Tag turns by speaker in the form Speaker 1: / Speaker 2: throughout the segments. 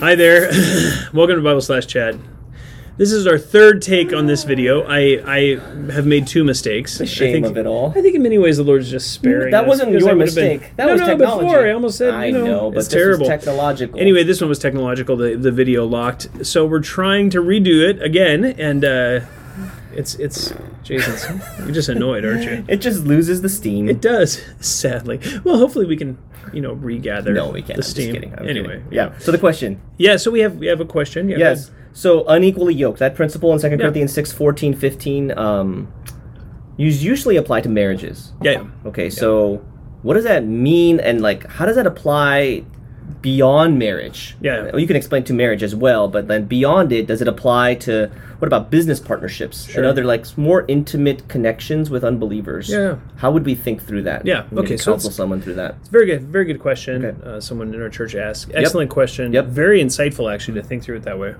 Speaker 1: Hi there. Welcome to Bible slash Chat. This is our third take on this video. I, I have made two mistakes.
Speaker 2: The shame
Speaker 1: I think,
Speaker 2: of it all.
Speaker 1: I think in many ways the Lord's just sparing.
Speaker 2: That
Speaker 1: us
Speaker 2: wasn't
Speaker 1: because
Speaker 2: your
Speaker 1: I would've
Speaker 2: mistake. That
Speaker 1: no,
Speaker 2: was
Speaker 1: no,
Speaker 2: technology.
Speaker 1: before I almost said.
Speaker 2: I
Speaker 1: you know,
Speaker 2: know, but
Speaker 1: it's
Speaker 2: this was
Speaker 1: terrible.
Speaker 2: technological.
Speaker 1: Anyway, this one was technological. The the video locked. So we're trying to redo it again, and uh, it's it's Jason's. You're just annoyed, aren't you?
Speaker 2: It just loses the steam.
Speaker 1: It does, sadly. Well, hopefully we can, you know, regather.
Speaker 2: no, we can't. I'm
Speaker 1: The
Speaker 2: just
Speaker 1: steam.
Speaker 2: kidding. I'm
Speaker 1: anyway,
Speaker 2: kidding. yeah. So the question,
Speaker 1: yeah. So we have we have a question. Yeah,
Speaker 2: yes. So unequally yoked. That principle in 2
Speaker 1: Yeah.
Speaker 2: Corinthians 6, 14, 15 um, is usually applied to marriages.
Speaker 1: Yeah. yeah.
Speaker 2: Okay, so what does that mean, and like, how does that apply beyond marriage?
Speaker 1: Yeah.
Speaker 2: Well, you can explain to marriage as well, but then beyond it, does it apply to what about business partnerships
Speaker 1: Sure.
Speaker 2: and other like s- more intimate connections with unbelievers?
Speaker 1: Yeah.
Speaker 2: how would we think through that?
Speaker 1: Yeah,
Speaker 2: We need
Speaker 1: okay,
Speaker 2: to
Speaker 1: so
Speaker 2: counsel
Speaker 1: it's-
Speaker 2: someone through that.
Speaker 1: Very good, very good question.
Speaker 2: Okay.
Speaker 1: Uh, someone in our church asked. Excellent question.
Speaker 2: Yep.
Speaker 1: Very insightful, actually, to think through it that way.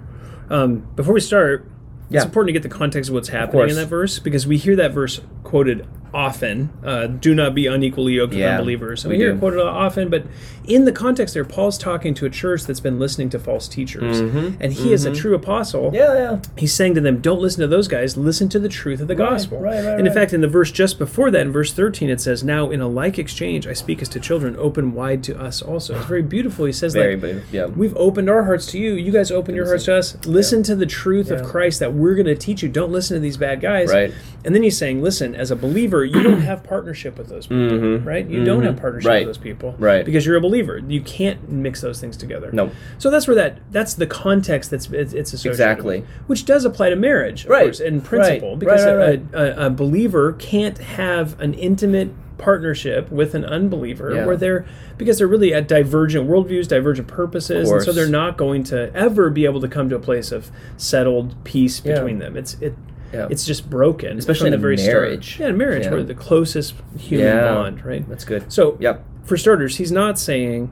Speaker 1: Um, before we start,
Speaker 2: Yeah.
Speaker 1: it's important to get the context of what's happening in
Speaker 2: course.
Speaker 1: that verse because we hear that verse quoted often. Uh, Do not be unequally yoked with
Speaker 2: Yeah,
Speaker 1: unbelievers. And
Speaker 2: we
Speaker 1: we, hear
Speaker 2: do.
Speaker 1: it quoted often, but in the context there, Paul's talking to a church that's been listening to false teachers,
Speaker 2: Mm-hmm.
Speaker 1: and he is a true apostle
Speaker 2: Yeah, yeah.
Speaker 1: he's saying to them, don't listen to those guys, listen to the truth of the gospel.
Speaker 2: right, right,
Speaker 1: and in
Speaker 2: right.
Speaker 1: fact, in the verse just before that, in verse 13, it says, Now in a like exchange, I speak as to children, open wide to us also. It's very beautiful. He says,
Speaker 2: Very,
Speaker 1: like,
Speaker 2: very- yeah.
Speaker 1: We've opened our hearts to you. You guys open your hearts to us. Listen to the truth of Christ that we're going to teach you. Don't listen to these bad guys.
Speaker 2: Right.
Speaker 1: And then he's saying, listen, as a believer, you don't have partnership with those people,
Speaker 2: Mm-hmm.
Speaker 1: right? You don't have partnership
Speaker 2: Mm. Right.
Speaker 1: with those people,
Speaker 2: Right.
Speaker 1: Because you're a believer. You can't mix those things together.
Speaker 2: No.
Speaker 1: So that's where that that's the context that's it's, it's associated.
Speaker 2: Exactly.
Speaker 1: with, which does apply to marriage, of
Speaker 2: Right.
Speaker 1: course, in principle,
Speaker 2: Right.
Speaker 1: because
Speaker 2: Right,
Speaker 1: a-
Speaker 2: right,
Speaker 1: A, a, a believer can't have an intimate partnership with an unbeliever
Speaker 2: Yeah.
Speaker 1: where they're because they're really at divergent worldviews divergent purposes and so
Speaker 2: course.
Speaker 1: they're not going to ever be able to come to a place of settled peace between them it's it
Speaker 2: Yeah.
Speaker 1: it's just broken
Speaker 2: Especially
Speaker 1: from the
Speaker 2: in
Speaker 1: very
Speaker 2: a marriage.
Speaker 1: start. yeah in marriage
Speaker 2: Yeah.
Speaker 1: where the closest human
Speaker 2: Yeah.
Speaker 1: bond right
Speaker 2: That's good.
Speaker 1: so
Speaker 2: Yep.
Speaker 1: for starters, he's not saying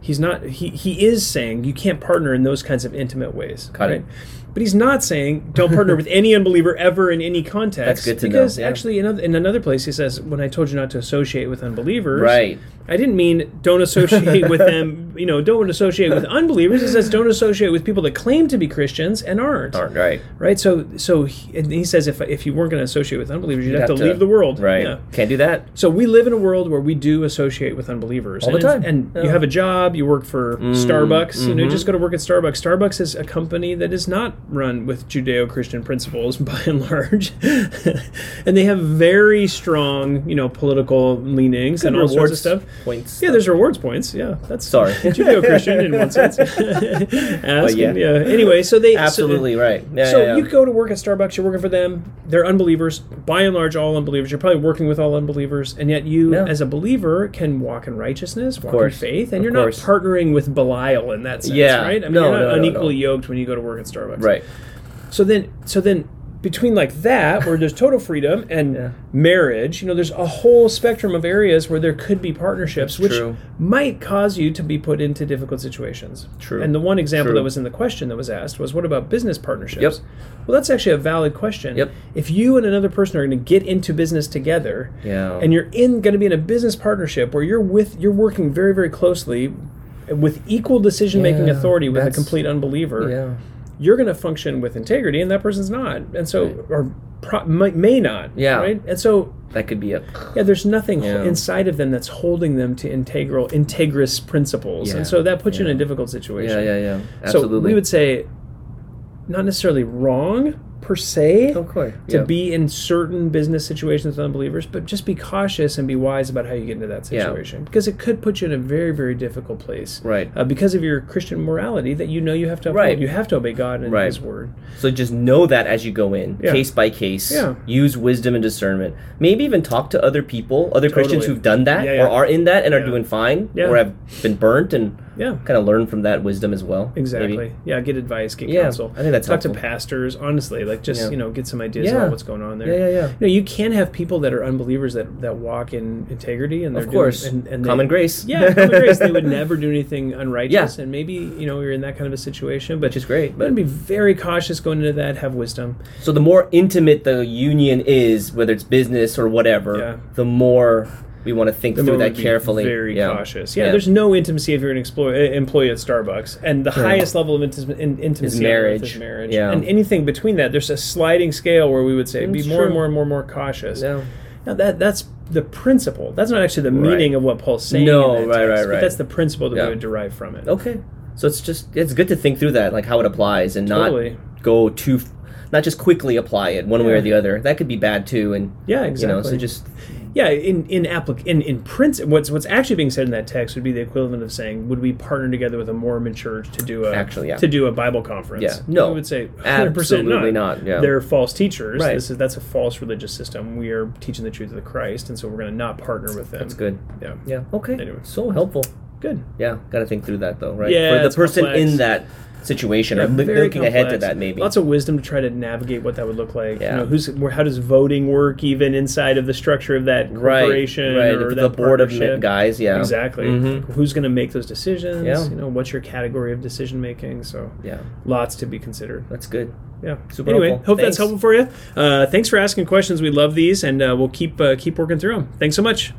Speaker 1: he's not he he is saying you can't partner in those kinds of intimate ways.
Speaker 2: Got it.
Speaker 1: But he's not saying don't partner with any unbeliever ever in any context.
Speaker 2: That's good to know,
Speaker 1: because
Speaker 2: yeah.
Speaker 1: actually, in, oth- in another place, he says, "When I told you not to associate with unbelievers,
Speaker 2: Right.
Speaker 1: I didn't mean don't associate with them. You know, don't associate with unbelievers. He says don't associate with people that claim to be Christians and aren't.
Speaker 2: All right.
Speaker 1: Right. So so he, and he says if if you weren't going to associate with unbelievers, you'd, have, to, leave the world.
Speaker 2: Right.
Speaker 1: Yeah.
Speaker 2: Can't do that.
Speaker 1: So we live in a world where we do associate with unbelievers
Speaker 2: All the
Speaker 1: And it's-
Speaker 2: time. Mm, mm-hmm.
Speaker 1: and you
Speaker 2: Yeah.
Speaker 1: have a job, you work for Starbucks, you know, you just go to work at Starbucks. Starbucks is a company that is not run with Judeo-Christian principles by and large, and they have very strong, you know, political leanings and all sorts of stuff.
Speaker 2: points.
Speaker 1: Yeah, there's rewards points. Yeah, that's
Speaker 2: Sorry.
Speaker 1: Judeo-Christian in one sense. Ask
Speaker 2: yeah.
Speaker 1: and- yeah. Anyway, so they so-
Speaker 2: Absolutely right. Yeah,
Speaker 1: so
Speaker 2: yeah, yeah.
Speaker 1: you go to work at Starbucks, you're working for them. They're unbelievers, by and large, all unbelievers. You're probably working with all unbelievers, and yet you,
Speaker 2: Yeah.
Speaker 1: as a believer, can walk in righteousness, walk
Speaker 2: course,
Speaker 1: in faith, and
Speaker 2: of
Speaker 1: you're not
Speaker 2: course.
Speaker 1: partnering with Belial in that sense,
Speaker 2: Yeah.
Speaker 1: right? I mean,
Speaker 2: No,
Speaker 1: you're not
Speaker 2: no, no,
Speaker 1: unequally
Speaker 2: no.
Speaker 1: yoked when you go to work at Starbucks,
Speaker 2: right.
Speaker 1: So then, so then. Between like that, where there's total freedom and marriage, you know, there's a whole spectrum of areas where there could be partnerships, which
Speaker 2: true.
Speaker 1: might cause you to be put into difficult situations.
Speaker 2: True.
Speaker 1: And the one example
Speaker 2: True.
Speaker 1: that was in the question that was asked was, what about business partnerships?
Speaker 2: Yep.
Speaker 1: Well, that's actually a valid question.
Speaker 2: Yep.
Speaker 1: If you and another person are going to get into business together,
Speaker 2: Yeah.
Speaker 1: and you're in going to be in a business partnership where you're with you're working very very closely with equal decision making
Speaker 2: Yeah,
Speaker 1: authority with a
Speaker 2: that's-
Speaker 1: complete unbeliever,
Speaker 2: Yeah.
Speaker 1: you're going to function with integrity, and that person's not, and so or pro- might, may not.
Speaker 2: Yeah.
Speaker 1: Right. And so
Speaker 2: That could be a.
Speaker 1: yeah, there's nothing ho-
Speaker 2: Yeah.
Speaker 1: inside of them that's holding them to integral integrist principles,
Speaker 2: Yeah,
Speaker 1: and so that puts you in a difficult situation.
Speaker 2: Yeah, yeah, yeah.
Speaker 1: So
Speaker 2: Absolutely.
Speaker 1: we would say, not necessarily wrong per se
Speaker 2: Okay.
Speaker 1: to
Speaker 2: Yeah.
Speaker 1: be in certain business situations with unbelievers, but just be cautious and be wise about how you get into that
Speaker 2: Yeah.
Speaker 1: situation because it could put you in a very, very difficult place,
Speaker 2: Right.
Speaker 1: Uh, because of your Christian morality that you know you have to uphold.
Speaker 2: Right.
Speaker 1: You have to obey God and
Speaker 2: Right.
Speaker 1: His word.
Speaker 2: So just know that as you go in,
Speaker 1: Yeah.
Speaker 2: case by case.
Speaker 1: Yeah.
Speaker 2: Use wisdom and discernment. Maybe even talk to other people, other Christians
Speaker 1: Totally.
Speaker 2: who've done that
Speaker 1: Yeah, yeah.
Speaker 2: or are in that and
Speaker 1: Yeah.
Speaker 2: are doing fine
Speaker 1: Yeah.
Speaker 2: or have been burnt and
Speaker 1: Yeah.
Speaker 2: kind of learn from that wisdom as well. maybe.
Speaker 1: Exactly. Yeah, get advice, get
Speaker 2: Yeah,
Speaker 1: counsel.
Speaker 2: I think that's
Speaker 1: talk to
Speaker 2: helpful.
Speaker 1: pastors. Honestly, like just
Speaker 2: Yeah.
Speaker 1: you know get some ideas
Speaker 2: Yeah.
Speaker 1: about what's going on there.
Speaker 2: Yeah, yeah, yeah.
Speaker 1: You know, you can have people that are unbelievers that that walk in integrity and they're
Speaker 2: Of course.
Speaker 1: doing, and, and they-
Speaker 2: common grace.
Speaker 1: Yeah, common grace. They would never do anything unrighteous,
Speaker 2: Yeah.
Speaker 1: and maybe you know you're in that kind of a situation, but
Speaker 2: Which is great,
Speaker 1: But
Speaker 2: but-
Speaker 1: be very cautious going into that. Have wisdom.
Speaker 2: So the more intimate the union is, whether it's business or whatever,
Speaker 1: Yeah.
Speaker 2: the more we want to think
Speaker 1: The
Speaker 2: through
Speaker 1: moment would
Speaker 2: that
Speaker 1: be
Speaker 2: carefully.
Speaker 1: Very
Speaker 2: yeah.
Speaker 1: cautious. Yeah,
Speaker 2: Yeah.
Speaker 1: there's no intimacy if you're an explore, uh, employee at Starbucks, and the highest level of intis- in, intimacy on earth
Speaker 2: marriage.
Speaker 1: is marriage.
Speaker 2: Yeah.
Speaker 1: And anything between that, there's a sliding scale where we would say be
Speaker 2: That's
Speaker 1: more and
Speaker 2: true.
Speaker 1: more and more and more cautious.
Speaker 2: No.
Speaker 1: Now that that's the principle. That's not actually the
Speaker 2: Right.
Speaker 1: meaning of what Paul's saying.
Speaker 2: No,
Speaker 1: in that
Speaker 2: right,
Speaker 1: text,
Speaker 2: right,
Speaker 1: But
Speaker 2: right.
Speaker 1: that's the principle that
Speaker 2: Yeah.
Speaker 1: we would derive from it.
Speaker 2: Okay. So it's just it's good to think through that, like how it applies, and
Speaker 1: Totally.
Speaker 2: not go too, f- not just quickly apply it one way or
Speaker 1: Yeah.
Speaker 2: the other. That could be bad too, and
Speaker 1: Yeah,
Speaker 2: you
Speaker 1: exactly.
Speaker 2: know, so just
Speaker 1: Yeah, in in applic in in prince what's what's actually being said in that text would be the equivalent of saying, would we partner together with a Mormon church to do a
Speaker 2: Actually, yeah.
Speaker 1: to do a Bible conference?
Speaker 2: Yeah. No.
Speaker 1: we would say 100 percent
Speaker 2: absolutely
Speaker 1: not.
Speaker 2: not. Yeah.
Speaker 1: They're false teachers.
Speaker 2: Right.
Speaker 1: This is that's a false religious system. We are teaching the truth of the Christ, and so we're going to not partner with them.
Speaker 2: That's good.
Speaker 1: Yeah,
Speaker 2: Yeah. Okay.
Speaker 1: Anyway.
Speaker 2: So helpful.
Speaker 1: good.
Speaker 2: Yeah. Got to think through that though, right?
Speaker 1: Yeah,
Speaker 2: For the
Speaker 1: it's
Speaker 2: person
Speaker 1: complex.
Speaker 2: in that situation, or
Speaker 1: Yeah,
Speaker 2: li-
Speaker 1: very
Speaker 2: looking ahead to
Speaker 1: complex.
Speaker 2: that maybe.
Speaker 1: Lots of wisdom to try to navigate what that would look like.
Speaker 2: Yeah.
Speaker 1: You know, who's where, how does voting work even inside of the structure of that
Speaker 2: right.
Speaker 1: corporation
Speaker 2: Right.
Speaker 1: or
Speaker 2: If
Speaker 1: that
Speaker 2: the board of
Speaker 1: partnership?
Speaker 2: men- guys. Yeah.
Speaker 1: Exactly.
Speaker 2: Mhm.
Speaker 1: Who's going to make those decisions?
Speaker 2: Yeah.
Speaker 1: You know, what's your category of decision making? So,
Speaker 2: Yeah.
Speaker 1: lots to be considered.
Speaker 2: That's good.
Speaker 1: Yeah.
Speaker 2: Super
Speaker 1: anyway,
Speaker 2: helpful.
Speaker 1: hope
Speaker 2: Thanks.
Speaker 1: that's helpful for you. Uh, thanks for asking questions. We love these, and uh, we'll keep uh, keep working through them. Thanks so much.